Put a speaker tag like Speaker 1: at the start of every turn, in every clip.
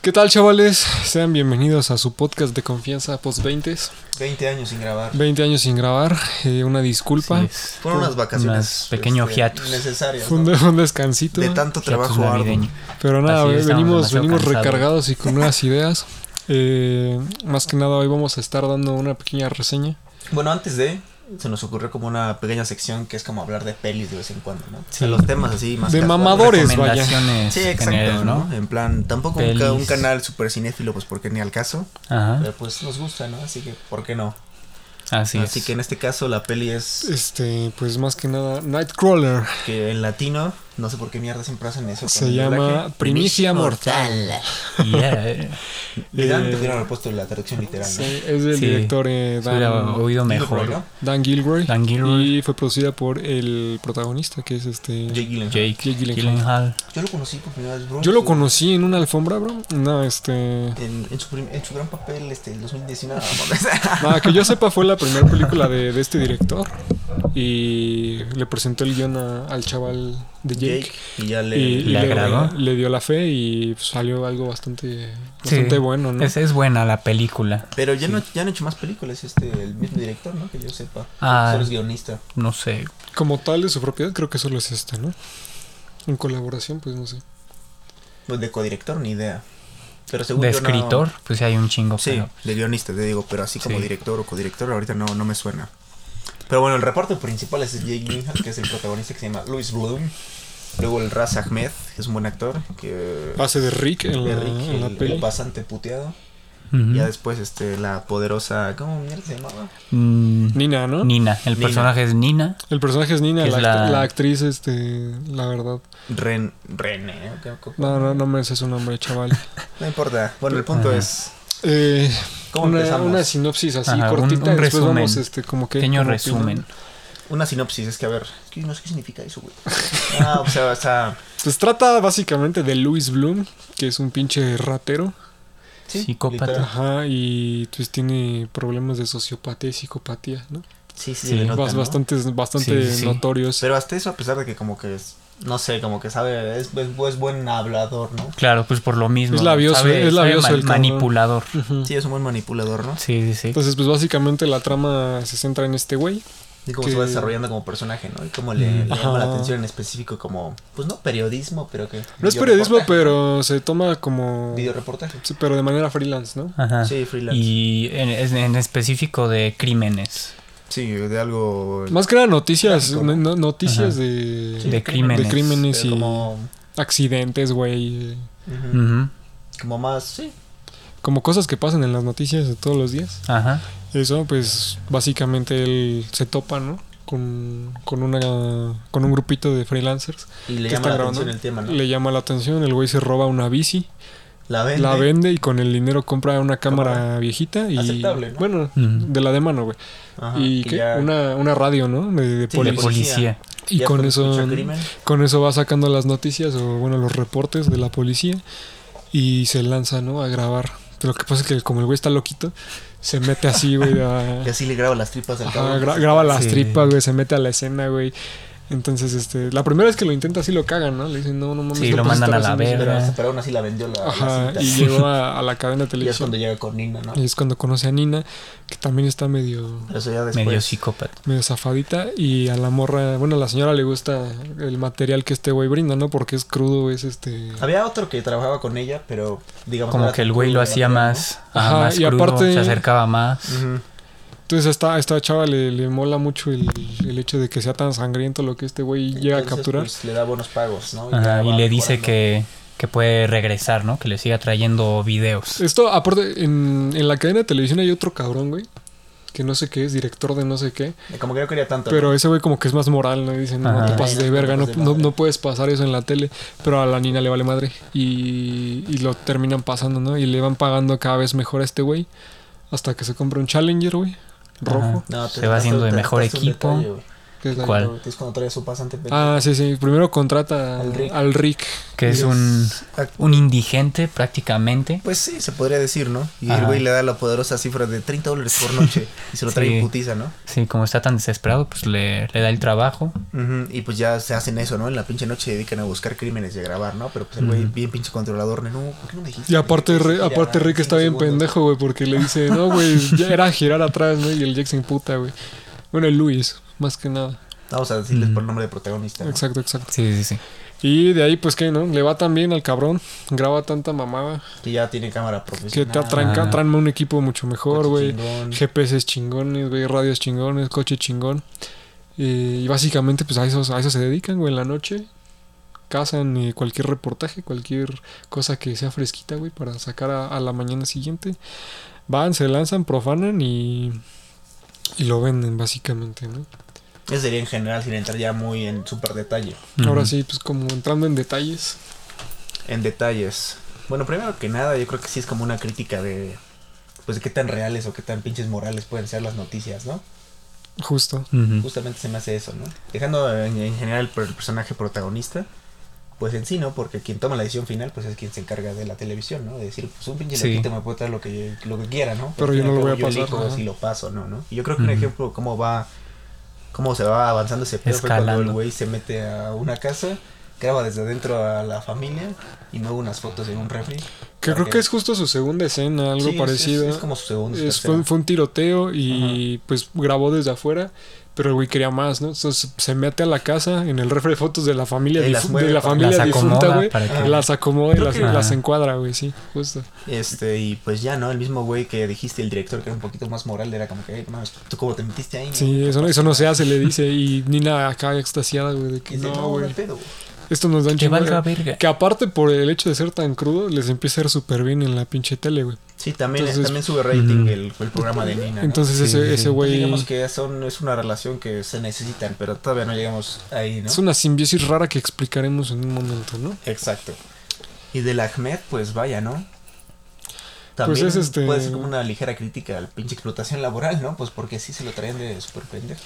Speaker 1: ¿Qué tal, chavales? Sean bienvenidos a su podcast de confianza post 20
Speaker 2: 20 años sin grabar.
Speaker 1: 20 años sin grabar. eh, una disculpa.
Speaker 2: Fueron unas vacaciones.
Speaker 3: Unas pequeño
Speaker 2: este,
Speaker 3: hiatus.
Speaker 2: Necesarias.
Speaker 1: Fue un,
Speaker 2: ¿no?
Speaker 1: fue un descansito.
Speaker 2: De tanto trabajo arduo.
Speaker 1: Pero nada,
Speaker 3: Así
Speaker 1: ve-
Speaker 3: es, estamos
Speaker 1: venimos,
Speaker 3: demasiado
Speaker 1: venimos
Speaker 3: cansados.
Speaker 1: recargados y con nuevas ideas. Eh, más que nada, hoy vamos a estar dando una pequeña reseña.
Speaker 2: Bueno, antes de. Se nos ocurrió como una pequeña sección que es como hablar de pelis de vez en cuando, ¿no? O sea, los temas así más.
Speaker 1: De
Speaker 2: casuales.
Speaker 1: mamadores. Pues vaya.
Speaker 3: Recomendaciones
Speaker 2: Sí, exacto,
Speaker 3: generales,
Speaker 2: ¿no?
Speaker 3: ¿no?
Speaker 2: En plan, tampoco un, ca-
Speaker 3: Pelis.
Speaker 2: un canal super cinéfilo, pues porque ni al caso.
Speaker 3: Ajá.
Speaker 1: Ah.
Speaker 2: Pero pues nos gusta, ¿no? Así que, ¿por qué no?
Speaker 3: Así,
Speaker 2: Así
Speaker 3: es.
Speaker 2: que en este caso la peli es
Speaker 1: Este, pues más que nada, Nightcrawler
Speaker 2: que en latino, no sé por qué mierda siempre hacen eso. con
Speaker 1: se
Speaker 2: el
Speaker 1: llama
Speaker 2: doblaje.
Speaker 1: Primicia Mortal.
Speaker 3: Yeah.
Speaker 2: Le dan,
Speaker 1: Eh,
Speaker 2: pudieron haber puesto la traducción literal, ¿no?
Speaker 1: Sí, es del
Speaker 3: Sí.
Speaker 1: director eh,
Speaker 3: Se hubiera
Speaker 1: Dan,
Speaker 3: oído
Speaker 2: Gilroy, ¿no?
Speaker 3: mejor.
Speaker 1: Dan Gilroy.
Speaker 3: Dan Gilroy.
Speaker 1: Y fue producida por el protagonista, que es este.
Speaker 2: Jake Gyllenhaal.
Speaker 3: Jake
Speaker 1: Jake Gyllenhaal.
Speaker 3: Gyllenhaal.
Speaker 2: Yo lo conocí por primera vez, bro.
Speaker 1: Yo lo conocí en una alfombra, bro. No, este.
Speaker 2: En, en su, prim- en su gran papel, este, el 2019. no mames.
Speaker 1: Nada, que yo sepa, fue la primera película de, de este director. Y le presentó el guión a- al chaval de Jake.
Speaker 2: Y ya le.
Speaker 1: Y, y
Speaker 3: ¿Le agradó?
Speaker 1: le dio la fe y pues, salió algo bastante,
Speaker 3: Sí.
Speaker 1: bastante bueno, ¿no?
Speaker 3: Es, es buena la película.
Speaker 2: Pero ya, no, ya han hecho más películas, este, el mismo director, ¿no? Que yo sepa.
Speaker 3: Ah.
Speaker 2: Solo es guionista.
Speaker 3: No sé.
Speaker 1: Como tal de su propiedad, creo que solo es esta, ¿no? En colaboración, pues no sé.
Speaker 2: Pues de codirector, ni idea. Pero según
Speaker 3: De
Speaker 2: yo no-
Speaker 3: escritor, pues sí hay un chingo.
Speaker 2: Sí,
Speaker 3: pero-
Speaker 2: de guionista, te digo, pero así como
Speaker 3: Sí.
Speaker 2: director o codirector, ahorita no, no me suena. Pero bueno, el reparto principal es Jake Gyllenhaal, que es el protagonista que se llama Louis Bloom. Luego el Raz Ahmed, que es un buen actor, que
Speaker 1: Hace de Rick en la,
Speaker 2: de Rick,
Speaker 1: en la
Speaker 2: el- el,
Speaker 1: Ah, peli.
Speaker 2: bastante puteado.
Speaker 3: Ujú.
Speaker 2: Ya después, este, la poderosa, ¿cómo mierda se llamaba?
Speaker 3: Mm,
Speaker 1: Nina, ¿no?
Speaker 3: Nina. El
Speaker 2: Nina.
Speaker 3: personaje es Nina.
Speaker 1: El personaje es Nina,
Speaker 3: Que es
Speaker 1: la, act-
Speaker 3: la-
Speaker 1: la actriz, este, la verdad.
Speaker 2: Ren, René, ¿no? ¿Qué- qué-
Speaker 1: No, no, no me sé su nombre, chaval.
Speaker 2: No importa. Bueno, el punto
Speaker 3: Ajá.
Speaker 2: es.
Speaker 1: Eh,
Speaker 2: ¿Cómo
Speaker 1: una,
Speaker 2: empezamos?
Speaker 1: una
Speaker 2: Una,
Speaker 1: sinopsis así
Speaker 3: Ajá, un-
Speaker 1: cortita
Speaker 3: un
Speaker 1: y después
Speaker 3: resumen.
Speaker 1: vamos este como que
Speaker 3: Pequeño
Speaker 1: como
Speaker 3: resumen.
Speaker 1: opinando.
Speaker 2: sinopsis, es que a ver. es que no sé qué significa eso, güey. Ah, o sea, o sea.
Speaker 1: Pues trata básicamente de Louis Bloom, que es un pinche ratero,
Speaker 2: Sí,
Speaker 3: Psicópata.
Speaker 2: literal.
Speaker 1: ajá, y pues tiene problemas de sociopatía y psicopatía, ¿no?
Speaker 2: Sí, sí,
Speaker 3: Sí,
Speaker 2: se le nota,
Speaker 1: Bas-
Speaker 2: ¿no?
Speaker 1: Bastantes, bastante
Speaker 3: Sí, sí, sí.
Speaker 1: notorios.
Speaker 2: Pero hasta eso, a pesar de que, como que es. No sé, como que sabe. Es, es- es buen hablador, ¿no?
Speaker 3: Claro, pues por lo mismo.
Speaker 1: Es labioso,
Speaker 3: sabe-
Speaker 1: es
Speaker 3: sabe
Speaker 1: labioso
Speaker 3: ma-
Speaker 1: el cabrón.
Speaker 3: manipulador.
Speaker 1: Ujú.
Speaker 2: Sí, es un buen manipulador, ¿no?
Speaker 3: Sí, sí, sí.
Speaker 1: Entonces, pues básicamente la trama se centra en este güey.
Speaker 2: Y cómo
Speaker 1: Que-
Speaker 2: se va desarrollando como personaje, ¿no? Y cómo le, le
Speaker 1: Ajá.
Speaker 2: llama la atención en específico, como. Pues no periodismo, pero que.
Speaker 1: No es periodismo, pero se toma como
Speaker 2: Video reportaje.
Speaker 1: sí, pero de manera freelance, ¿no?
Speaker 3: Ajá.
Speaker 2: Sí, freelance.
Speaker 3: Y en, es- en específico de crímenes.
Speaker 2: Sí, de algo.
Speaker 1: Más que nada noticias,
Speaker 2: Tráfico, ¿no?
Speaker 1: no- noticias de,
Speaker 3: de crímenes.
Speaker 1: de crímenes
Speaker 2: pero
Speaker 1: y
Speaker 2: como. mm.
Speaker 1: accidentes, güey.
Speaker 2: Ujú.
Speaker 3: Ujú.
Speaker 2: Como más. Sí.
Speaker 1: Como cosas que pasan en las noticias de todos los días.
Speaker 3: Ajá.
Speaker 1: Eso, pues básicamente él se topa, ¿no? Con, con, una, con un grupito de freelancers.
Speaker 2: Y le
Speaker 1: que
Speaker 2: llama la
Speaker 1: están
Speaker 2: atención el tema, ¿no?
Speaker 1: Le llama la atención, el güey se roba una bici,
Speaker 2: La vende.
Speaker 1: la vende y con el dinero compra una cámara
Speaker 2: Cámara.
Speaker 1: viejita y...
Speaker 2: Aceptable, ¿no?
Speaker 1: Bueno,
Speaker 3: Ujú.
Speaker 1: de la de mano, güey.
Speaker 2: Ajá,
Speaker 1: y
Speaker 2: que
Speaker 1: ¿qué?
Speaker 2: ya-
Speaker 1: Una, una radio, ¿no? De, de
Speaker 2: Sí,
Speaker 3: De
Speaker 2: de
Speaker 1: policía.
Speaker 2: policía.
Speaker 3: policía.
Speaker 1: Y
Speaker 2: ya
Speaker 1: con
Speaker 2: por
Speaker 1: eso,
Speaker 2: mucho crimen.
Speaker 1: con eso va sacando las noticias o, bueno, los reportes de la policía y se lanza, ¿no? A grabar. Pero lo que pasa es que como el güey está loquito, se mete así, güey, a...
Speaker 2: Y así le graba las tripas al
Speaker 1: Ajá,
Speaker 2: cabrón.
Speaker 1: gra- graba las
Speaker 3: Sí.
Speaker 1: tripas, güey, se mete a la escena, güey. Entonces, este, la primera vez que lo intenta sí lo cagan, ¿no? Le dicen, no, no mames.
Speaker 3: Sí,
Speaker 1: no
Speaker 3: lo
Speaker 1: puedes
Speaker 3: mandan
Speaker 1: estar
Speaker 3: a la
Speaker 1: haciendo eso.
Speaker 3: verga.
Speaker 2: Pero, pero aún así la vendió la, la
Speaker 1: Ajá,
Speaker 2: cinta.
Speaker 1: y llegó a, a la cadena de
Speaker 2: Y es cuando
Speaker 1: televisión.
Speaker 2: llega con Nina, ¿no?
Speaker 1: Y es cuando conoce a Nina, que también está medio,
Speaker 2: Pero eso ya después.
Speaker 3: Medio psicópata.
Speaker 1: medio zafadita. Y a la morra, bueno, a la señora le gusta el material que este güey brinda, ¿no? Porque es crudo, es este...
Speaker 2: Había otro que trabajaba con ella, pero digamos. no
Speaker 3: Como
Speaker 2: era
Speaker 3: que el
Speaker 2: tan
Speaker 3: güey lo
Speaker 2: crudo,
Speaker 3: hacía
Speaker 2: ¿no?
Speaker 3: más, ajá,
Speaker 1: Ajá,
Speaker 3: más
Speaker 1: y
Speaker 3: crudo,
Speaker 1: aparte-
Speaker 3: se acercaba más.
Speaker 2: Ujú.
Speaker 1: Entonces a esta, a esta chava le, le mola mucho el, el hecho de que sea tan sangriento lo que este güey llega a
Speaker 2: Entonces,
Speaker 1: capturar.
Speaker 2: pues, le da buenos pagos, ¿no? ya
Speaker 3: Ajá, y
Speaker 2: va
Speaker 3: le dice
Speaker 2: mejorando.
Speaker 3: que, que puede regresar, ¿no? Que le siga trayendo videos.
Speaker 1: Esto, aparte, en, en la cadena de televisión hay otro cabrón, güey. Que no sé qué es, director de no sé qué.
Speaker 2: Como que no quería tanto.
Speaker 1: Pero ese güey como que es más moral, ¿no? Dicen, no
Speaker 3: Ajá.
Speaker 1: te pases de verga, no,
Speaker 2: De
Speaker 1: no,
Speaker 2: madre.
Speaker 1: no puedes pasar eso en la tele. Pero a la nina le vale madre. Y, y lo terminan pasando, ¿no? Y le van pagando cada vez mejor a este güey. Hasta que se compra un Challenger, güey. Rojo.
Speaker 3: Ajá.
Speaker 2: ¿no? No, te-
Speaker 3: se va haciendo de
Speaker 2: te-
Speaker 3: mejor
Speaker 2: te- te- te- te-
Speaker 3: equipo.
Speaker 2: detalle, güey.
Speaker 1: que es la-
Speaker 3: ¿Cuál?
Speaker 2: Que es cuando trae su pasante pendejo.
Speaker 1: Ah, sí, sí. Primero contrata
Speaker 2: Al Rick.
Speaker 1: al Rick.
Speaker 3: Que
Speaker 2: Y
Speaker 3: es un,
Speaker 2: ac-
Speaker 3: un indigente prácticamente.
Speaker 2: Pues sí, se podría decir, ¿no? Y el
Speaker 3: Ajá.
Speaker 2: güey le da la poderosa cifra de 30 dólares por noche y se lo trae
Speaker 3: Sí.
Speaker 2: en putiza, ¿no?
Speaker 3: Sí, como está tan desesperado, pues le, le da el trabajo.
Speaker 2: Ujú, Y pues ya se hacen eso, ¿no? En la pinche noche se dedican a buscar crímenes y a grabar, ¿no? Pero pues el güey bien pinche controlador, ¿no? ¿Por qué no me dijiste?
Speaker 1: Y aparte, Re-
Speaker 2: Gira
Speaker 1: aparte Rick está
Speaker 2: 15
Speaker 1: bien
Speaker 2: segundos.
Speaker 1: pendejo, güey, porque le dice, no, güey, ya era girar atrás, ¿no? Y el Jackson puta, güey. Bueno, el Luis, más que nada.
Speaker 2: Vamos a decirles
Speaker 3: Mm.
Speaker 2: por nombre de protagonista. ¿no?
Speaker 1: Exacto, exacto.
Speaker 3: Sí, sí, sí.
Speaker 1: Y de ahí, pues, ¿qué, no? Le va tan bien al cabrón, graba tanta mamada,
Speaker 2: Que ya tiene cámara
Speaker 1: que
Speaker 2: profesional.
Speaker 1: te atranca,
Speaker 3: Ah.
Speaker 1: tráeme un equipo mucho mejor,
Speaker 2: coche
Speaker 1: güey.
Speaker 2: chingón.
Speaker 1: GPS chingones, güey, radios chingones, coche chingón. Eh, y básicamente, pues a eso, a eso se dedican, güey, en la noche. Cazan eh, cualquier reportaje, cualquier cosa que sea fresquita, güey, para sacar a, a la mañana siguiente. Van, se lanzan, profanan y, y lo venden, básicamente, ¿no?
Speaker 2: Eso sería en general, sin entrar ya muy en súper detalle.
Speaker 1: Ahora
Speaker 3: Ujú.
Speaker 1: sí, pues como entrando en detalles.
Speaker 2: En detalles. Bueno, primero que nada, yo creo que sí es como una crítica de. Pues de qué tan reales o qué tan pinches morales pueden ser las noticias, ¿no?
Speaker 1: Justo.
Speaker 3: Ujú.
Speaker 2: Justamente se me hace eso, ¿no? Dejando en, en general por el personaje protagonista, pues en sí, ¿no? Porque quien toma la decisión final, pues es quien se encarga de la televisión, ¿no? De decir, pues un pinche
Speaker 3: Sí.
Speaker 2: loquito me puede traer lo que, yo- lo que quiera, ¿no?
Speaker 1: Pero
Speaker 2: Al
Speaker 1: yo
Speaker 2: fin y
Speaker 1: no lo voy
Speaker 2: al
Speaker 1: a
Speaker 2: cabo yo
Speaker 1: pasar,
Speaker 2: elijo
Speaker 1: ajá.
Speaker 2: si lo paso, o ¿no? ¿no? Y yo creo que un
Speaker 3: Ujú.
Speaker 2: ejemplo, cómo va, cómo se va avanzando ese pedo fue cuando el
Speaker 3: Escalando.
Speaker 2: güey se mete a una casa, graba desde adentro a la familia y mueve unas fotos en un refri.
Speaker 1: Que creo
Speaker 2: Ok.
Speaker 1: que es justo su segunda escena, algo
Speaker 2: Sí, es-
Speaker 1: parecido.
Speaker 2: Es, es como su segundo. su
Speaker 1: Es-
Speaker 2: tercero.
Speaker 1: fue, fue un tiroteo y pues grabó desde afuera, pero el güey quería más, ¿no? Entonces se mete a la casa en el refre de fotos de la familia,
Speaker 2: Y las
Speaker 1: difu-
Speaker 2: mueve
Speaker 1: de la
Speaker 2: para-
Speaker 1: familia
Speaker 3: Las
Speaker 1: difunta,
Speaker 3: acomoda
Speaker 1: güey.
Speaker 3: para que-
Speaker 1: Las acomoda y
Speaker 2: Creo
Speaker 1: las,
Speaker 2: que-
Speaker 1: las encuadra, güey, sí, justo.
Speaker 2: Este, y pues ya, ¿no? El mismo güey que dijiste, el director, que era un poquito más moral, era como que, "Ey, mames, tú cómo te metiste ahí, no?"
Speaker 1: Sí, eso, no- eso no se hace, le dice. Y Nina acá extasiada, güey, de
Speaker 2: Y
Speaker 1: que
Speaker 2: dice,
Speaker 1: no,
Speaker 2: no, no
Speaker 1: güey.
Speaker 2: hay pedo, güey.
Speaker 1: Esto nos da un
Speaker 3: Que
Speaker 1: chingo de-
Speaker 3: valga verga.
Speaker 1: Que aparte por el hecho de ser tan crudo, les empieza a ir súper bien en la pinche tele, güey.
Speaker 2: Sí, también,
Speaker 1: Entonces-
Speaker 2: también sube rating
Speaker 3: Ujú.
Speaker 2: el, el programa de Nina. ¿no?
Speaker 1: Entonces
Speaker 3: Sí, sí,
Speaker 1: ese,
Speaker 3: sí.
Speaker 1: ese
Speaker 2: Pues
Speaker 1: güey...
Speaker 2: digamos que ya son, es una relación que se necesitan, pero todavía no llegamos ahí, ¿no?
Speaker 1: Es una simbiosis rara que explicaremos en un momento, ¿no?
Speaker 2: Exacto. Y del Ahmed, pues vaya, ¿no? También
Speaker 1: Pues es este-
Speaker 2: puede ser como una ligera crítica a la pinche explotación laboral, ¿no? Pues porque sí se lo traían de súper pendejo.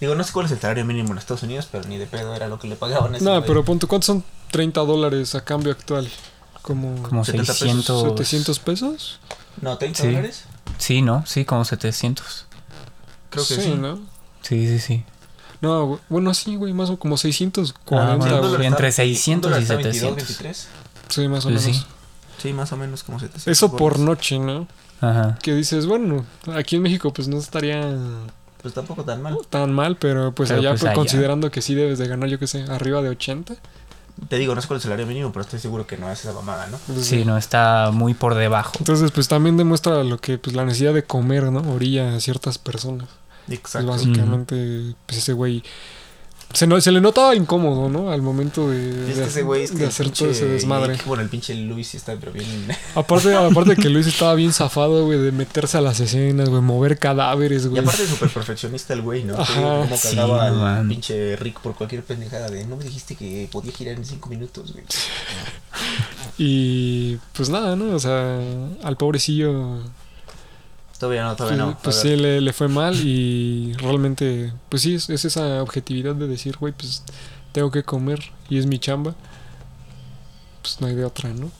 Speaker 2: Digo, no sé cuál es el salario mínimo en Estados Unidos, pero ni de pedo era lo que le pagaban a ese
Speaker 1: No,
Speaker 2: güey.
Speaker 1: pero punto, ¿cuántos son 30 dólares a cambio actual? Como,
Speaker 3: Como
Speaker 2: 70 pesos,
Speaker 3: 600.
Speaker 1: 700 pesos.
Speaker 2: No, 30
Speaker 3: Sí.
Speaker 2: dólares.
Speaker 3: Sí, ¿no? Sí, como 700.
Speaker 2: Creo que sí.
Speaker 1: ¿no?
Speaker 3: Sí, sí, sí.
Speaker 1: No, güey, bueno, sí, güey, más o como
Speaker 3: Ah,
Speaker 1: 640,
Speaker 3: bueno,
Speaker 1: güey.
Speaker 3: sí, entre 600 y
Speaker 2: Dólar está 22,
Speaker 3: 700.
Speaker 2: 23.
Speaker 1: Sí, más o
Speaker 3: Sí,
Speaker 1: menos.
Speaker 3: sí.
Speaker 2: Sí, más o menos como 700.
Speaker 1: Eso
Speaker 2: bolas.
Speaker 1: por noche, ¿no?
Speaker 3: Ajá.
Speaker 1: Que dices, bueno, aquí en México pues no estaría
Speaker 2: Pues tampoco tan mal.
Speaker 1: tan mal, pero pues
Speaker 3: Pero,
Speaker 1: allá
Speaker 3: pues,
Speaker 1: pues,
Speaker 3: allá.
Speaker 1: considerando que sí debes de ganar, yo qué sé, arriba de 80.
Speaker 2: Te digo, no sé cuál es el salario mínimo, pero estoy seguro que no es esa mamada, ¿no?
Speaker 1: pues,
Speaker 3: Sí, no, está muy por debajo.
Speaker 1: Entonces, pues también demuestra lo que pues la necesidad de comer, ¿no? Orilla a ciertas personas. Pues,
Speaker 2: Exacto.
Speaker 1: básicamente, pues ese güey. Se, no- se le notaba incómodo, ¿no? Al momento de,
Speaker 2: Y es
Speaker 1: de-
Speaker 2: que ese güey es
Speaker 1: de
Speaker 2: que el
Speaker 1: hacer todo
Speaker 2: pinche
Speaker 1: ese desmadre.
Speaker 2: Jake- bueno, el pinche Luis sí está, pero bien.
Speaker 1: Aparte, aparte que Luis estaba bien zafado, güey, de meterse a las escenas, güey, mover cadáveres,
Speaker 2: Y
Speaker 1: güey.
Speaker 2: aparte es súper perfeccionista el güey, ¿no? Te digo,
Speaker 1: Ajá,
Speaker 2: Como
Speaker 3: sí,
Speaker 2: cagaba al
Speaker 3: man.
Speaker 2: pinche Rick por cualquier pendejada de no me dijiste que podía girar en 5 minutos, güey.
Speaker 1: Y pues nada, ¿no? O sea, al pobrecillo,
Speaker 2: Todavía no,
Speaker 1: pues,
Speaker 2: todavía no.
Speaker 1: pues, sí,
Speaker 2: todavía-
Speaker 1: le, le fue mal y realmente, pues sí, es, es esa objetividad de decir, güey, pues tengo que comer y es mi chamba. Pues no hay de otra, ¿no?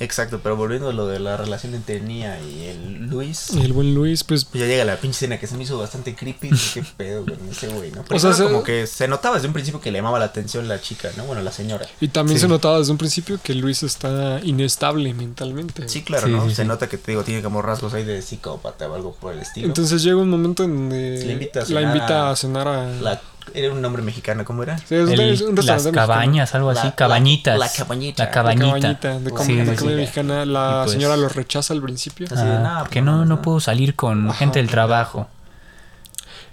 Speaker 2: Exacto, pero volviendo a lo de la relación entre Nia y el Luis.
Speaker 1: Y el buen Luis, pues
Speaker 2: Pues ya llega la pinche escena que se me hizo bastante creepy. Qué pedo con ese güey, ¿no? Pero
Speaker 1: sea, se-
Speaker 2: como que se notaba desde un principio que le llamaba la atención la chica, ¿no? Bueno, la señora.
Speaker 1: Y también
Speaker 3: Sí.
Speaker 1: se notaba desde un principio que Luis está inestable mentalmente.
Speaker 2: Sí, claro,
Speaker 3: Sí,
Speaker 2: ¿no?
Speaker 3: sí,
Speaker 2: se
Speaker 3: sí.
Speaker 2: nota que te digo, tiene como rasgos ahí de psicópata o algo por el estilo.
Speaker 1: Entonces llega un momento en donde
Speaker 2: Le invita a
Speaker 1: la
Speaker 2: cenar
Speaker 1: invita
Speaker 2: a-
Speaker 1: a cenar a...
Speaker 2: La- era un nombre mexicano, ¿cómo era?
Speaker 1: Sí, es un-
Speaker 3: El-
Speaker 1: es un
Speaker 3: las
Speaker 1: restaurante mexicano.
Speaker 3: cabañas, algo
Speaker 2: La-
Speaker 3: así.
Speaker 2: la-
Speaker 3: cabañitas.
Speaker 2: la cabañita.
Speaker 3: La
Speaker 1: La
Speaker 3: cabañita.
Speaker 1: cabañita de com-
Speaker 2: Sí,
Speaker 1: de
Speaker 2: sí,
Speaker 1: comida
Speaker 2: sí.
Speaker 1: mexicana. La
Speaker 3: Y pues-
Speaker 1: señora lo rechaza al principio.
Speaker 2: Así de,
Speaker 3: Ah,
Speaker 2: "Nah,
Speaker 3: porque
Speaker 2: pues,
Speaker 3: no,
Speaker 2: mames,
Speaker 3: no
Speaker 2: ¿no?"
Speaker 3: puedo salir con
Speaker 1: Ajá,
Speaker 3: gente del trabajo.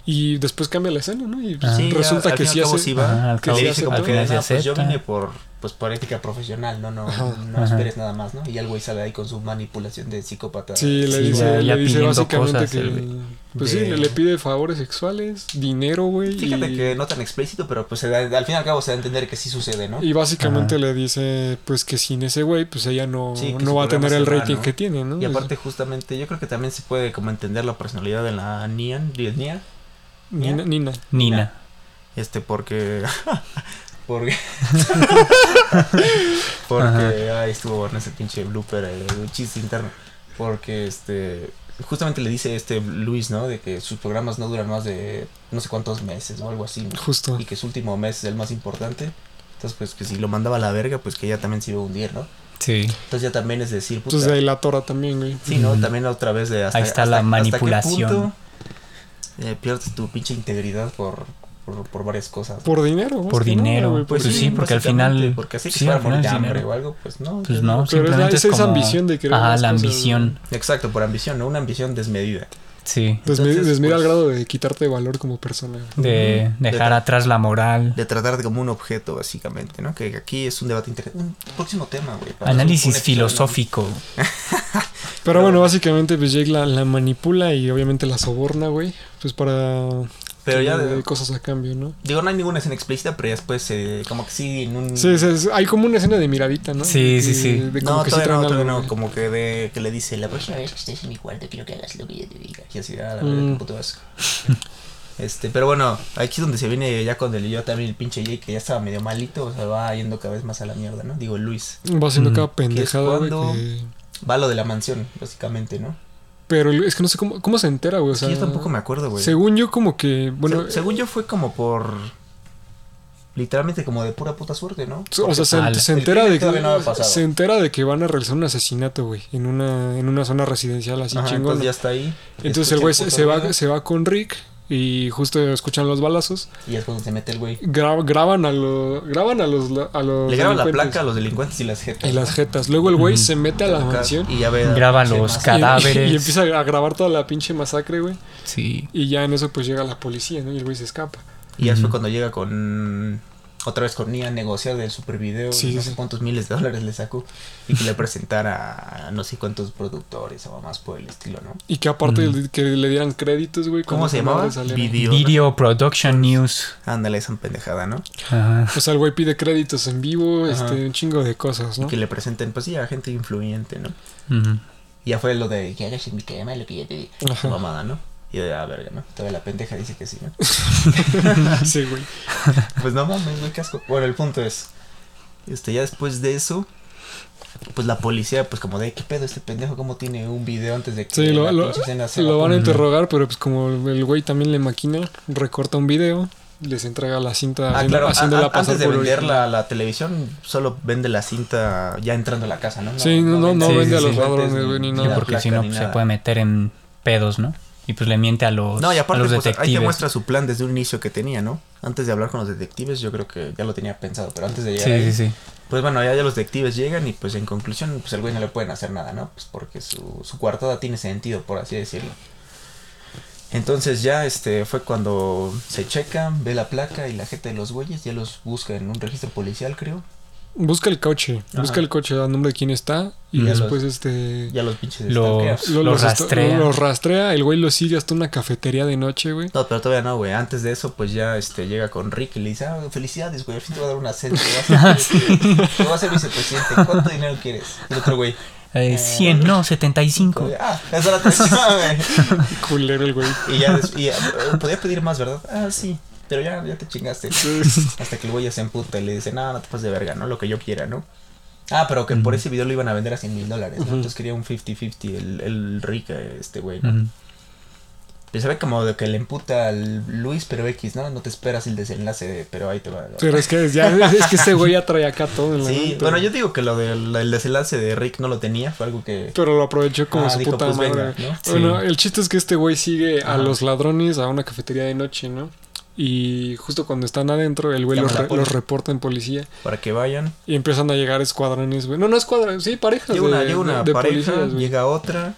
Speaker 1: Y después cambia la escena, ¿no? Y pues
Speaker 3: Ah.
Speaker 2: Sí,
Speaker 1: resulta
Speaker 2: al
Speaker 1: que
Speaker 2: fin y
Speaker 1: sí
Speaker 2: al cabo
Speaker 1: hace...
Speaker 2: sí va.
Speaker 3: Ajá, al
Speaker 2: que le
Speaker 1: cabo sí
Speaker 2: dice
Speaker 1: aceptó.
Speaker 2: como que,
Speaker 1: Al
Speaker 2: "Nah,
Speaker 3: final sí
Speaker 2: pues yo
Speaker 3: acepta".
Speaker 2: vine por pues por ética profesional, no, no,
Speaker 1: Ajá.
Speaker 2: no esperes nada más, ¿no? Y el güey sale ahí con su manipulación de psicópata.
Speaker 1: Sí, le
Speaker 3: Sí, ya-
Speaker 1: dice,
Speaker 3: ya
Speaker 1: le dice
Speaker 3: pidiendo
Speaker 1: básicamente
Speaker 3: cosas,
Speaker 1: que...
Speaker 3: el güey.
Speaker 1: Pues
Speaker 2: De-
Speaker 1: sí, le, le pide favores sexuales, dinero, güey.
Speaker 2: Fíjate
Speaker 1: y-
Speaker 2: que no tan explícito, pero pues se da- al fin y al cabo se da a entender que sí sucede, ¿no?
Speaker 1: Y básicamente
Speaker 3: Ajá.
Speaker 1: le dice, pues que sin ese güey, pues ella no,
Speaker 2: Sí, que
Speaker 1: no
Speaker 2: su
Speaker 1: va a
Speaker 2: programa
Speaker 1: tener el
Speaker 2: se va,
Speaker 1: rating
Speaker 2: ¿no?
Speaker 1: que tiene, ¿no?
Speaker 2: Y aparte justamente yo creo que también se puede como entender la personalidad de la Nian, de Nia.
Speaker 1: Nina, Nina.
Speaker 3: Nina.
Speaker 2: Este, porque. porque. porque. Ay, estuvo bueno ese pinche blooper, eh, un chiste interno. Porque este. Justamente le dice este Luis, ¿no? De que sus programas no duran más de no sé cuántos meses o algo así. ¿no?
Speaker 1: Justo.
Speaker 2: Y pues que su último mes es el más importante. Entonces, pues que si lo mandaba a la verga, pues que ella también se iba a hundir, ¿no?
Speaker 3: Sí.
Speaker 2: Entonces ya también es decir, puta.
Speaker 1: Entonces de ahí la tora también, güey.
Speaker 2: Sí, ¿no? También otra vez de hasta
Speaker 3: Ahí está la
Speaker 2: hasta- hasta qué
Speaker 3: manipulación.
Speaker 2: punto, eh, pierdes tu pinche integridad por, por, por varias cosas.
Speaker 1: Por dinero. más
Speaker 3: Por
Speaker 1: que nada,
Speaker 3: dinero,
Speaker 1: güey,
Speaker 3: pues
Speaker 1: porque-
Speaker 3: sí, porque al final-
Speaker 2: básicamente, Porque así que
Speaker 3: sí,
Speaker 2: fuera
Speaker 3: al final
Speaker 2: morir de
Speaker 3: es
Speaker 2: hambre
Speaker 3: dinero.
Speaker 2: o algo, pues no.
Speaker 3: Pues
Speaker 1: Pero es
Speaker 2: ya
Speaker 3: no,
Speaker 1: la-
Speaker 3: simplemente
Speaker 1: es
Speaker 3: es,
Speaker 1: esa
Speaker 3: como...
Speaker 1: ambición de querer
Speaker 3: Ajá,
Speaker 1: más
Speaker 3: la
Speaker 1: cosas,
Speaker 3: ambición.
Speaker 2: Exacto, por ambición, ¿no? Una ambición desmedida.
Speaker 3: Sí.
Speaker 1: Desmi-
Speaker 2: Entonces,
Speaker 1: desmira
Speaker 2: pues-
Speaker 1: al grado de quitarte valor como persona. güey.
Speaker 3: De
Speaker 2: De
Speaker 3: dejar
Speaker 2: tra-
Speaker 3: atrás la moral.
Speaker 2: De tratarte como un objeto, básicamente, ¿no? Que aquí es un debate interesante. Un próximo tema, güey. para un- un
Speaker 3: Análisis
Speaker 2: episodio, ¿no?
Speaker 3: filosófico.
Speaker 1: Pero bueno, básicamente pues Jake la, la manipula y obviamente la soborna, güey. Pues para
Speaker 2: Pero
Speaker 1: que
Speaker 2: ya.
Speaker 1: le dé cosas a cambio, ¿no?
Speaker 2: Digo, no hay ninguna escena explícita, pero ya después, eh, como que sí, en un.
Speaker 1: Sí, sí, sí, hay como una escena de miradita, ¿no?
Speaker 3: Sí, sí,
Speaker 1: Y
Speaker 3: sí.
Speaker 1: de como
Speaker 2: No,
Speaker 1: que sí
Speaker 2: todavía no,
Speaker 1: traen
Speaker 2: todavía
Speaker 1: algo,
Speaker 2: no,
Speaker 1: güey.
Speaker 2: como que de que le dice la próxima vez que estés en mi cuarto quiero que hagas lo que yo te diga. Y así, ah, la verdad,
Speaker 1: Mm.
Speaker 2: qué puto asco. Este, pero bueno, aquí es donde se viene ya con el yo también el pinche Jake que ya estaba medio malito, o sea, va yendo cada vez más a la mierda, ¿no? Digo, Luis.
Speaker 1: Va haciendo
Speaker 3: Mm.
Speaker 1: cada pendejada, güey.
Speaker 2: cuando-
Speaker 1: que-
Speaker 2: Va a lo de la mansión, básicamente, ¿no?
Speaker 1: Pero el- es que no sé cómo, cómo se entera, güey. O
Speaker 2: Es que
Speaker 1: sea,
Speaker 2: yo tampoco me acuerdo, güey.
Speaker 1: Según yo, como que. Bueno,
Speaker 2: Se- según yo fue como por literalmente como de pura puta suerte, ¿no?
Speaker 1: O sea,
Speaker 3: Al-
Speaker 1: se, se
Speaker 2: el
Speaker 1: entera
Speaker 2: crimen
Speaker 1: de que
Speaker 2: todavía no había pasado.
Speaker 1: se entera de que van a realizar un asesinato, güey, en una en una zona residencial así
Speaker 2: Ajá,
Speaker 1: chingona.
Speaker 2: entonces ya
Speaker 1: Entonces,
Speaker 2: está ahí.
Speaker 1: el
Speaker 2: escucha
Speaker 1: güey se,
Speaker 2: puto
Speaker 1: se va
Speaker 2: ruido,
Speaker 1: se va con Rick y justo escuchan los balazos,
Speaker 2: y es cuando se mete el güey.
Speaker 1: gra- graban a los graban a los a los
Speaker 2: Le graban la
Speaker 1: delincuentes
Speaker 2: placa a los delincuentes y las jetas.
Speaker 1: y las jetas. Luego el güey se mete a la
Speaker 2: Acá,
Speaker 1: mansión y,
Speaker 2: Y ya ve.
Speaker 3: Graba
Speaker 2: sí,
Speaker 3: los
Speaker 2: más.
Speaker 3: ca- Cadáveres.
Speaker 1: y empieza a grabar toda la pinche masacre, güey,
Speaker 3: Sí.
Speaker 1: y ya en eso pues llega la policía, ¿no? Y el güey se escapa.
Speaker 2: Y ya fue cuando llega con. Otra vez con Nia a negociar del super video.
Speaker 1: Sí,
Speaker 2: no
Speaker 1: sí.
Speaker 2: sé cuántos miles de dólares le sacó. Y que le presentara a no sé cuántos productores o más por el estilo, ¿no?
Speaker 1: Y que aparte de que le dieran créditos, güey, cuando
Speaker 2: ¿Cómo se
Speaker 1: esa madre
Speaker 2: llamaba?
Speaker 1: saliera.
Speaker 2: Video. Pues,
Speaker 3: Video Production News.
Speaker 2: Ándale, esa pendejada, ¿no?
Speaker 3: Ajá.
Speaker 1: O sea, el güey pide créditos en vivo,
Speaker 2: Ajá.
Speaker 1: este un chingo de cosas, ¿no?
Speaker 2: Que le presenten, pues sí, a gente influyente, ¿no?
Speaker 3: Ujú.
Speaker 2: Y ya fue lo de que hagas en mi cama lo que yo te diga.
Speaker 1: Ajá.
Speaker 2: Mamada, ¿no? Y yo, a ver, ¿no? Todavía la pendeja dice que sí, ¿no?
Speaker 1: Sí, güey.
Speaker 2: Pues no mames, güey, casco. Bueno, el punto es. Este, ya después de eso. Pues la policía, pues como de qué pedo este pendejo, cómo tiene un video antes de que
Speaker 1: Sí, lo,
Speaker 2: la
Speaker 1: lo-
Speaker 2: pinche escena se
Speaker 1: lo
Speaker 2: va
Speaker 1: van
Speaker 2: a
Speaker 1: a
Speaker 2: poner?"
Speaker 1: interrogar, pero pues como el güey también le maquina, recorta un video, les entrega la cinta
Speaker 2: Ah,
Speaker 1: haciendo-
Speaker 2: claro, a-
Speaker 1: haciéndola
Speaker 2: a- antes de
Speaker 1: por
Speaker 2: vender
Speaker 1: original.
Speaker 2: la, la televisión, solo vende la cinta ya entrando a la casa, ¿no?
Speaker 1: Sí, no, no, no
Speaker 3: Sí,
Speaker 1: vende
Speaker 3: sí,
Speaker 1: a los
Speaker 3: sí.
Speaker 1: ladrones,
Speaker 2: fuentes,
Speaker 1: güey, ni
Speaker 3: Sí,
Speaker 1: nada.
Speaker 3: porque
Speaker 2: placa,
Speaker 3: si no
Speaker 2: ni
Speaker 3: pues, se
Speaker 2: nada.
Speaker 3: puede meter en pedos, ¿no? Y pues le miente a los,
Speaker 2: No, y aparte,
Speaker 3: a los
Speaker 2: pues, ahí
Speaker 3: detectives.
Speaker 2: te muestra su plan desde un inicio que tenía, ¿no? Antes de hablar con los detectives, yo creo que ya lo tenía pensado, pero antes de llegar ahí,
Speaker 3: sí, sí, sí.
Speaker 2: Pues bueno, ya, ya los detectives llegan y pues en conclusión, pues el güey no le pueden hacer nada, ¿no? Pues porque su, su coartada tiene sentido, por así decirlo. Entonces ya este fue cuando se checan, ve la placa y la gente de los güeyes, ya los busca en un registro policial, creo.
Speaker 1: Busca el coche,
Speaker 2: Ajá.
Speaker 1: busca el coche, da nombre de quién está y
Speaker 2: Y ya
Speaker 1: después este...
Speaker 2: Ya pues, los pinches
Speaker 3: Los-
Speaker 2: stalkeas.
Speaker 1: lo-
Speaker 3: Los
Speaker 1: esto-
Speaker 3: rastrea.
Speaker 1: los rastrea, el güey lo sigue hasta una cafetería de noche, güey.
Speaker 2: No, pero todavía no, güey. Antes de eso, pues ya este, llega con Rick y le dice, ah, felicidades, güey, al fin te voy a dar un ascenso. Te vas a ser, te vas a ser vicepresidente. ¿Cuánto dinero quieres? Y el otro güey.
Speaker 3: Eh, 100, no, 75.
Speaker 2: Ah, esa era la próxima, güey.
Speaker 1: Culero el güey.
Speaker 2: Y ya, des- y, eh, podía pedir más, ¿verdad? Ah, sí. Pero ya, ya te chingaste. Hasta que el güey ya se emputa y le dice, no, no te pases de verga, ¿no? Lo que yo quiera, ¿no? Ah, pero que por ese video lo iban a vender a 100 mil dólares, ¿no? Entonces quería un 50-50 el, el Rick, eh, este güey, ¿no?
Speaker 3: Ujú.
Speaker 2: Pues se ve como de que le emputa al Luis, pero X, ¿no? No te esperas el desenlace, de, pero ahí te va. ¿no?
Speaker 1: Pero es que ya, es que ese güey ya trae acá todo en la
Speaker 2: Sí,
Speaker 1: mente,
Speaker 2: bueno,
Speaker 1: güey.
Speaker 2: yo digo que lo del el desenlace de Rick no lo tenía, fue algo que...
Speaker 1: Pero lo aprovechó como
Speaker 2: Ah,
Speaker 1: su
Speaker 2: dijo,
Speaker 1: puta
Speaker 2: pues,
Speaker 1: madre.
Speaker 2: venga, ¿no?
Speaker 3: Sí.
Speaker 1: Bueno, el chiste es que este güey sigue a
Speaker 2: Ajá.
Speaker 1: los ladrones a una cafetería de noche, ¿no? Y justo cuando están adentro, el güey
Speaker 2: Llama
Speaker 1: los,
Speaker 2: a la
Speaker 1: re-
Speaker 2: poli.
Speaker 1: los reporta en policía
Speaker 2: Para que vayan.
Speaker 1: y empiezan a llegar escuadrones, güey. No, no escuadrones, sí, parejas.
Speaker 2: Llega una,
Speaker 1: de,
Speaker 2: llega una
Speaker 1: de
Speaker 2: pareja,
Speaker 1: policías, güey.
Speaker 2: llega otra.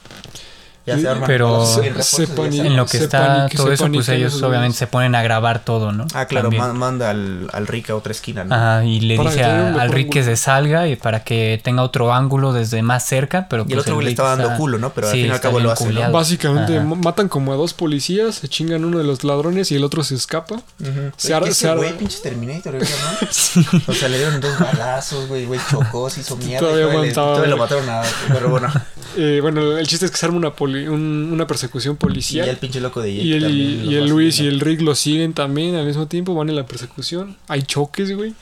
Speaker 2: Ya
Speaker 1: Y-
Speaker 2: se arman
Speaker 3: pero
Speaker 2: todos los
Speaker 1: se-
Speaker 2: refuerzos
Speaker 1: se
Speaker 2: y ya
Speaker 1: pani-
Speaker 2: se-
Speaker 3: En lo que
Speaker 1: Se
Speaker 3: está
Speaker 1: panique-
Speaker 3: todo
Speaker 1: se
Speaker 3: eso, pues
Speaker 1: panican
Speaker 3: ellos
Speaker 1: esos
Speaker 3: obviamente
Speaker 1: güeyes.
Speaker 3: se ponen a grabar todo, ¿no?
Speaker 2: Ah, claro,
Speaker 3: También.
Speaker 2: man- manda al, al Rick a otra esquina, ¿no?
Speaker 3: Ajá, y le
Speaker 1: Para
Speaker 3: dice
Speaker 1: que tenga
Speaker 3: a-
Speaker 1: un mejor
Speaker 3: al Rick que
Speaker 1: ángulo.
Speaker 3: se salga y para que tenga otro ángulo desde más cerca, pero
Speaker 2: Y
Speaker 3: pues
Speaker 2: el otro güey le
Speaker 3: Rick
Speaker 2: estaba dando
Speaker 3: está-
Speaker 2: culo, ¿no? Pero al
Speaker 3: sí,
Speaker 2: fin y al
Speaker 3: está
Speaker 2: cabo lo
Speaker 3: bien
Speaker 2: hace, ¿no?
Speaker 3: culeado.
Speaker 1: Básicamente
Speaker 3: Ajá.
Speaker 1: ma- matan como a dos policías, se chingan uno de los ladrones y el otro se escapa.
Speaker 2: Ujú.
Speaker 1: Se
Speaker 2: Oye,
Speaker 1: ar-
Speaker 2: que
Speaker 1: se
Speaker 2: ese
Speaker 1: ar-
Speaker 2: güey, pinche Terminator, güey, ¿no? O sea, le dieron dos balazos, güey, güey, chocó, se hizo mierda. y
Speaker 1: Todavía
Speaker 2: todavía, le-
Speaker 1: aguantaba,
Speaker 2: todavía lo
Speaker 1: güey.
Speaker 2: mataron a... Pero bueno,
Speaker 1: eh, bueno, el chiste es que se arma una, poli- un- una persecución
Speaker 2: Y ya
Speaker 1: policial.
Speaker 2: el pinche loco de Jake
Speaker 1: Y el,
Speaker 2: también lo
Speaker 1: y el
Speaker 2: fascina.
Speaker 1: Luis y el Rick lo siguen también al mismo tiempo, van en la persecución. Hay choques, güey.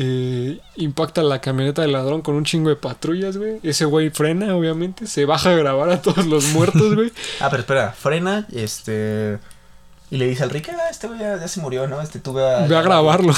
Speaker 1: Eh, impacta la camioneta del ladrón con un chingo de patrullas, güey. Ese güey frena, obviamente. Se baja a grabar a todos los muertos, güey.
Speaker 2: Ah, pero espera, frena, este. Y le dice al Rick, ah, este güey ya, ya se murió, ¿no? Este tú ve a.
Speaker 1: Ve a grabarlo.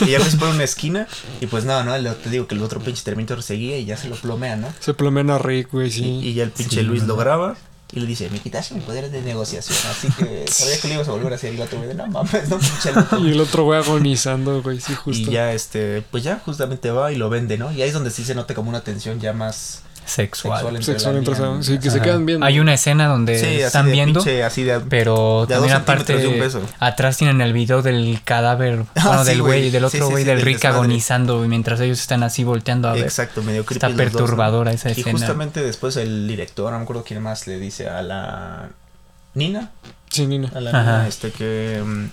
Speaker 2: Y ya ves por una esquina. Y pues nada, ¿no? El- te digo que el otro pinche Terminator seguía y ya se lo plomea, ¿no?
Speaker 1: Se plomean a Rick, güey,
Speaker 2: Y,
Speaker 1: sí.
Speaker 2: y ya el pinche
Speaker 3: Sí,
Speaker 2: Luis
Speaker 3: no.
Speaker 2: lo graba. Y le dice, me quitaste mi poder de negociación, así que sabía que le ibas a volver a hacer el otro güey. de, No mames, no pinche loco.
Speaker 1: Y el otro güey agonizando, güey, sí, justo.
Speaker 2: Y ya, este, pues ya justamente va y lo vende, ¿no? Y ahí es donde sí se nota como una tensión ya más
Speaker 3: Sexual.
Speaker 2: sexual entre
Speaker 1: Pues Sexual
Speaker 2: la
Speaker 1: entre
Speaker 2: niña,
Speaker 1: esa-
Speaker 2: ¿no?
Speaker 1: sí, que se
Speaker 3: Ajá.
Speaker 1: quedan viendo.
Speaker 3: Hay una escena donde
Speaker 2: Sí, así
Speaker 3: están
Speaker 2: de
Speaker 3: viendo,
Speaker 2: pinche, así de...
Speaker 3: pero
Speaker 2: de a dos
Speaker 3: también aparte
Speaker 2: centímetros de un beso.
Speaker 3: atrás tienen el video del cadáver,
Speaker 2: Ah,
Speaker 3: bueno,
Speaker 2: sí,
Speaker 3: del
Speaker 2: güey.
Speaker 3: güey, del
Speaker 2: Sí,
Speaker 3: otro
Speaker 2: sí,
Speaker 3: güey,
Speaker 2: sí,
Speaker 3: del
Speaker 2: del
Speaker 3: Rick
Speaker 2: desmadre.
Speaker 3: agonizando y mientras ellos están así volteando a ver.
Speaker 2: Exacto, medio creepy
Speaker 3: Está
Speaker 2: los dos, ¿no?
Speaker 3: perturbadora esa escena.
Speaker 2: Y justamente después el director, no me acuerdo quién más, le dice a la Nina,
Speaker 1: Sí, Nina.
Speaker 2: a la
Speaker 3: Ajá.
Speaker 2: Nina, este, que... mm,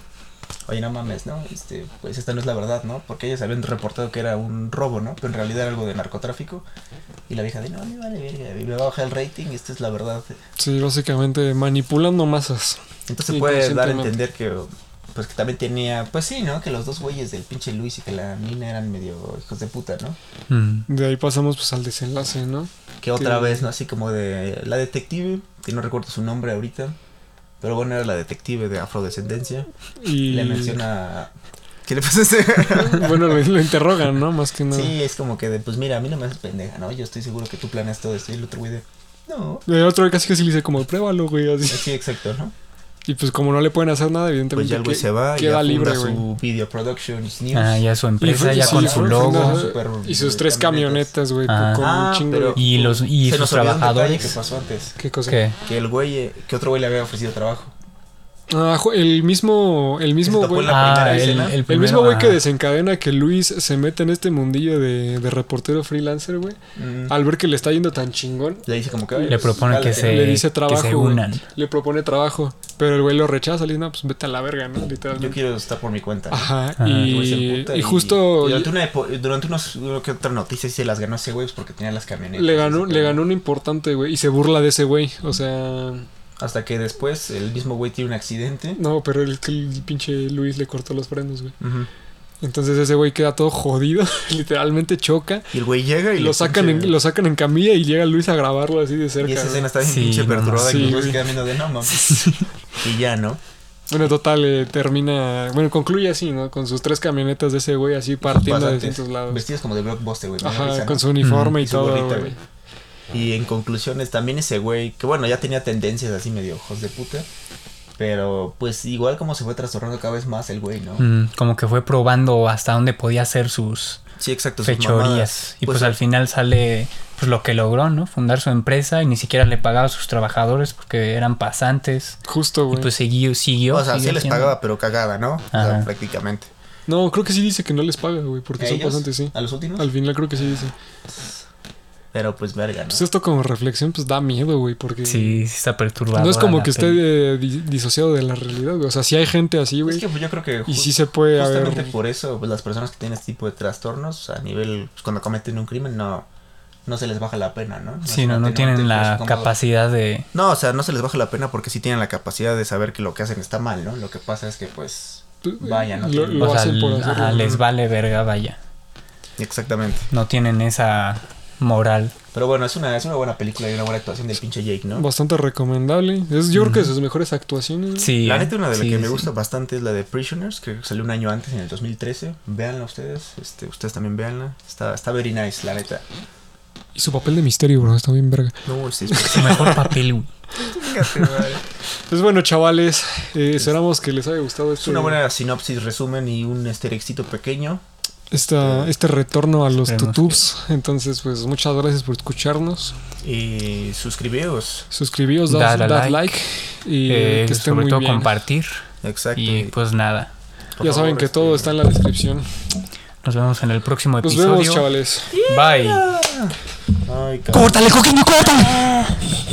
Speaker 2: Oye, no mames, ¿no? Este, pues esta no es la verdad, ¿no? Porque ellos habían reportado que era un robo, ¿no? Pero en realidad era algo de narcotráfico. Y la vieja de, no, me vale verga, me va a bajar el rating y esta es la verdad.
Speaker 1: Sí, básicamente manipulando masas.
Speaker 2: Entonces se puede dar a
Speaker 1: Inconscientemente.
Speaker 2: entender que pues que también tenía, pues sí, ¿no? Que los dos güeyes del pinche Luis y que la Nina eran medio hijos de puta, ¿no?
Speaker 3: Mm.
Speaker 1: De ahí pasamos pues al desenlace, ¿no?
Speaker 2: Que otra
Speaker 1: Sí.
Speaker 2: vez, ¿no? Así como de la detective, que no recuerdo su nombre ahorita, pero bueno, era la detective de afrodescendencia.
Speaker 1: Y
Speaker 2: Le menciona... ¿Qué le pasa a este?
Speaker 1: bueno, lo, lo interrogan, ¿no? Más que nada.
Speaker 2: Sí, es como que de, pues mira, a mí no me haces pendeja, ¿no? Yo estoy seguro que tú planeas todo esto y el otro güey de... No.
Speaker 1: El otro güey casi que sí le dice como pruébalo, güey, así.
Speaker 2: Sí, exacto, ¿no?
Speaker 1: Y pues como no le pueden hacer nada,
Speaker 2: Pues
Speaker 1: evidentemente
Speaker 2: ya el güey
Speaker 1: que-
Speaker 2: se va y
Speaker 1: queda
Speaker 2: ya
Speaker 1: libre,
Speaker 2: funda
Speaker 1: güey.
Speaker 2: su video productions news.
Speaker 3: Ah, ya su empresa,
Speaker 1: fue-
Speaker 3: ya
Speaker 1: sí,
Speaker 3: con
Speaker 1: fue-
Speaker 3: su
Speaker 1: fue
Speaker 3: logo.
Speaker 1: una-
Speaker 2: Super-
Speaker 1: y sus tres camionetas, güey,
Speaker 3: Ah.
Speaker 1: con
Speaker 2: Ah,
Speaker 1: un chingo
Speaker 2: pero-
Speaker 1: de-
Speaker 3: Y los y
Speaker 2: Se
Speaker 3: sus
Speaker 2: nos olvidó un detalle que
Speaker 3: trabajadores.
Speaker 2: pasó antes.
Speaker 1: ¿Qué cosa?
Speaker 3: ¿Qué?
Speaker 2: Que el güey, eh, que otro güey le había ofrecido trabajo.
Speaker 1: Ah, jo- el mismo, el mismo
Speaker 2: Se topó
Speaker 1: güey.
Speaker 2: en la- primera escena.
Speaker 1: El
Speaker 3: primero,
Speaker 1: mismo güey que
Speaker 3: Ah, ajá.
Speaker 1: desencadena que Luis se mete en este mundillo de, de reportero freelancer, güey.
Speaker 2: Mm.
Speaker 1: Al ver que le está yendo tan chingón,
Speaker 2: Le dice como que... pues,
Speaker 3: le propone que se,
Speaker 1: Le dice trabajo,
Speaker 3: que se
Speaker 1: güey.
Speaker 3: unan.
Speaker 1: le propone trabajo. Pero el güey lo rechaza, le dice, no, pues vete a la verga, ¿no?
Speaker 2: Yo
Speaker 1: Literalmente.
Speaker 2: quiero estar por mi cuenta. ¿no?
Speaker 1: Ajá,
Speaker 3: Ah,
Speaker 2: El güey se
Speaker 1: y,
Speaker 2: emputa
Speaker 1: y justo
Speaker 2: y durante, una epo- durante unos... creo que otra noticia sí se las ganó ese güey pues, porque tenía las camionetas.
Speaker 1: le ganó, le
Speaker 2: Así que-
Speaker 1: ganó un importante, güey. Y se burla de ese güey. O sea,
Speaker 2: Hasta que después el mismo güey tiene un accidente.
Speaker 1: no, pero el, el pinche Luis le cortó los frenos, güey.
Speaker 2: Ujú.
Speaker 1: Entonces ese güey queda todo jodido, literalmente choca.
Speaker 2: Y el güey llega y
Speaker 1: lo
Speaker 2: le
Speaker 1: sacan,
Speaker 2: pinche-
Speaker 1: en, lo sacan en camilla y llega Luis a grabarlo así de cerca.
Speaker 2: Y esa
Speaker 1: güey.
Speaker 2: escena está bien
Speaker 3: Sí,
Speaker 2: pinche
Speaker 3: no
Speaker 2: perturbada
Speaker 1: mames.
Speaker 2: que
Speaker 1: Sí,
Speaker 2: los güeyes
Speaker 1: güey.
Speaker 2: quedan viendo de no mames. y ya, ¿no?
Speaker 1: Bueno, total, eh, termina. Bueno, concluye así, ¿no? Con sus tres camionetas de ese güey así partiendo de
Speaker 2: Bastantes.
Speaker 1: distintos lados.
Speaker 2: Vestidos como de blockbuster, güey. me da risa,
Speaker 1: Ajá,
Speaker 2: ¿no?
Speaker 1: con su uniforme
Speaker 2: Y
Speaker 1: y
Speaker 2: su
Speaker 1: todo,
Speaker 2: gorrita,
Speaker 1: güey.
Speaker 2: güey. Y en conclusiones, también ese güey, que bueno, ya tenía tendencias así medio ojos de puta. Pero pues igual como se fue trastornando cada vez más el güey, ¿no?
Speaker 3: Mm, como que fue probando hasta dónde podía hacer sus
Speaker 2: Sí, exacto. sus mamadas.
Speaker 3: fechorías. Y pues, al final sale pues lo que logró, ¿no? Fundar su empresa y ni siquiera le pagaba a sus trabajadores porque eran pasantes.
Speaker 1: Justo,
Speaker 3: Y
Speaker 1: güey.
Speaker 3: pues siguió, siguió.
Speaker 2: O sea, sí
Speaker 3: siguió
Speaker 2: les
Speaker 3: haciendo.
Speaker 2: pagaba, pero cagada, ¿no? O sea,
Speaker 3: Ajá.
Speaker 2: prácticamente.
Speaker 1: No, creo que sí dice que no les paga, güey, porque
Speaker 2: ¿A
Speaker 1: son
Speaker 2: ellos?
Speaker 1: pasantes, sí.
Speaker 2: ¿A los últimos?
Speaker 1: Al final creo que sí dice.
Speaker 2: Pero pues verga, ¿no?
Speaker 1: Pues esto como reflexión, pues da miedo, güey, porque.
Speaker 3: Sí, sí está perturbado.
Speaker 1: No es como que esté eh, di- disociado de la realidad, güey. O sea, sí hay gente así, güey.
Speaker 2: es que pues, yo creo que
Speaker 1: y
Speaker 2: ju-
Speaker 1: sí se puede haber.
Speaker 2: justamente por eso pues, las personas que tienen este tipo de trastornos a nivel, pues, cuando cometen un crimen, no, no se les baja la pena, ¿no?
Speaker 3: Sí, no, no
Speaker 2: te- te
Speaker 3: tienen
Speaker 2: puedes
Speaker 3: la
Speaker 1: pues,
Speaker 2: como-
Speaker 3: capacidad de.
Speaker 2: No, o sea, no se les baja la pena porque sí tienen la capacidad de saber que lo que hacen está mal, ¿no? Lo que pasa es que, pues, Vaya, no
Speaker 1: lo,
Speaker 2: tiene-
Speaker 1: lo
Speaker 3: o sea,
Speaker 1: hacen por
Speaker 3: l-
Speaker 1: hacerlo.
Speaker 3: ajá, les vale verga, vaya.
Speaker 2: exactamente.
Speaker 3: No tienen esa moral.
Speaker 2: Pero bueno, es una, es una buena película y una buena actuación del pinche Jake, ¿no?
Speaker 1: Bastante recomendable. Es, yo creo que de sus mejores actuaciones. güey.
Speaker 3: Sí.
Speaker 2: La
Speaker 3: ¿eh?
Speaker 2: neta, una de las
Speaker 3: Sí,
Speaker 2: que me
Speaker 3: sí.
Speaker 2: gusta bastante es la de Prisoners, que salió un año antes, en el 2013. Véanla ustedes, este, ustedes también véanla. Está, está very nice, la neta.
Speaker 1: Y su papel de misterio, bro, está bien verga.
Speaker 2: No, este
Speaker 3: Su mejor papel. güey.
Speaker 2: es
Speaker 1: Pues bueno, chavales, eh, esperamos que les haya gustado este,
Speaker 2: una buena sinopsis, resumen y un esterexito pequeño.
Speaker 1: esta- este retorno a los
Speaker 3: Esperemos
Speaker 1: tutubs. Entonces, pues muchas gracias por escucharnos.
Speaker 2: Y Eh, suscribíos.
Speaker 1: Suscribíos, dad,
Speaker 3: Dale
Speaker 1: dad
Speaker 3: like.
Speaker 1: like. Y
Speaker 3: Eh,
Speaker 1: que estén
Speaker 3: sobre
Speaker 1: muy
Speaker 3: todo
Speaker 1: bien.
Speaker 3: compartir.
Speaker 2: Exacto.
Speaker 3: Y
Speaker 2: y,
Speaker 3: pues nada.
Speaker 2: por
Speaker 1: Ya saben
Speaker 2: favor,
Speaker 1: que
Speaker 2: este,
Speaker 1: todo está en la descripción.
Speaker 3: Nos vemos en el próximo
Speaker 1: Nos
Speaker 3: episodio.
Speaker 1: vemos, chavales.
Speaker 3: Bye.
Speaker 2: Ay, cabrón.
Speaker 3: ¡Córtale, coquino, córtale!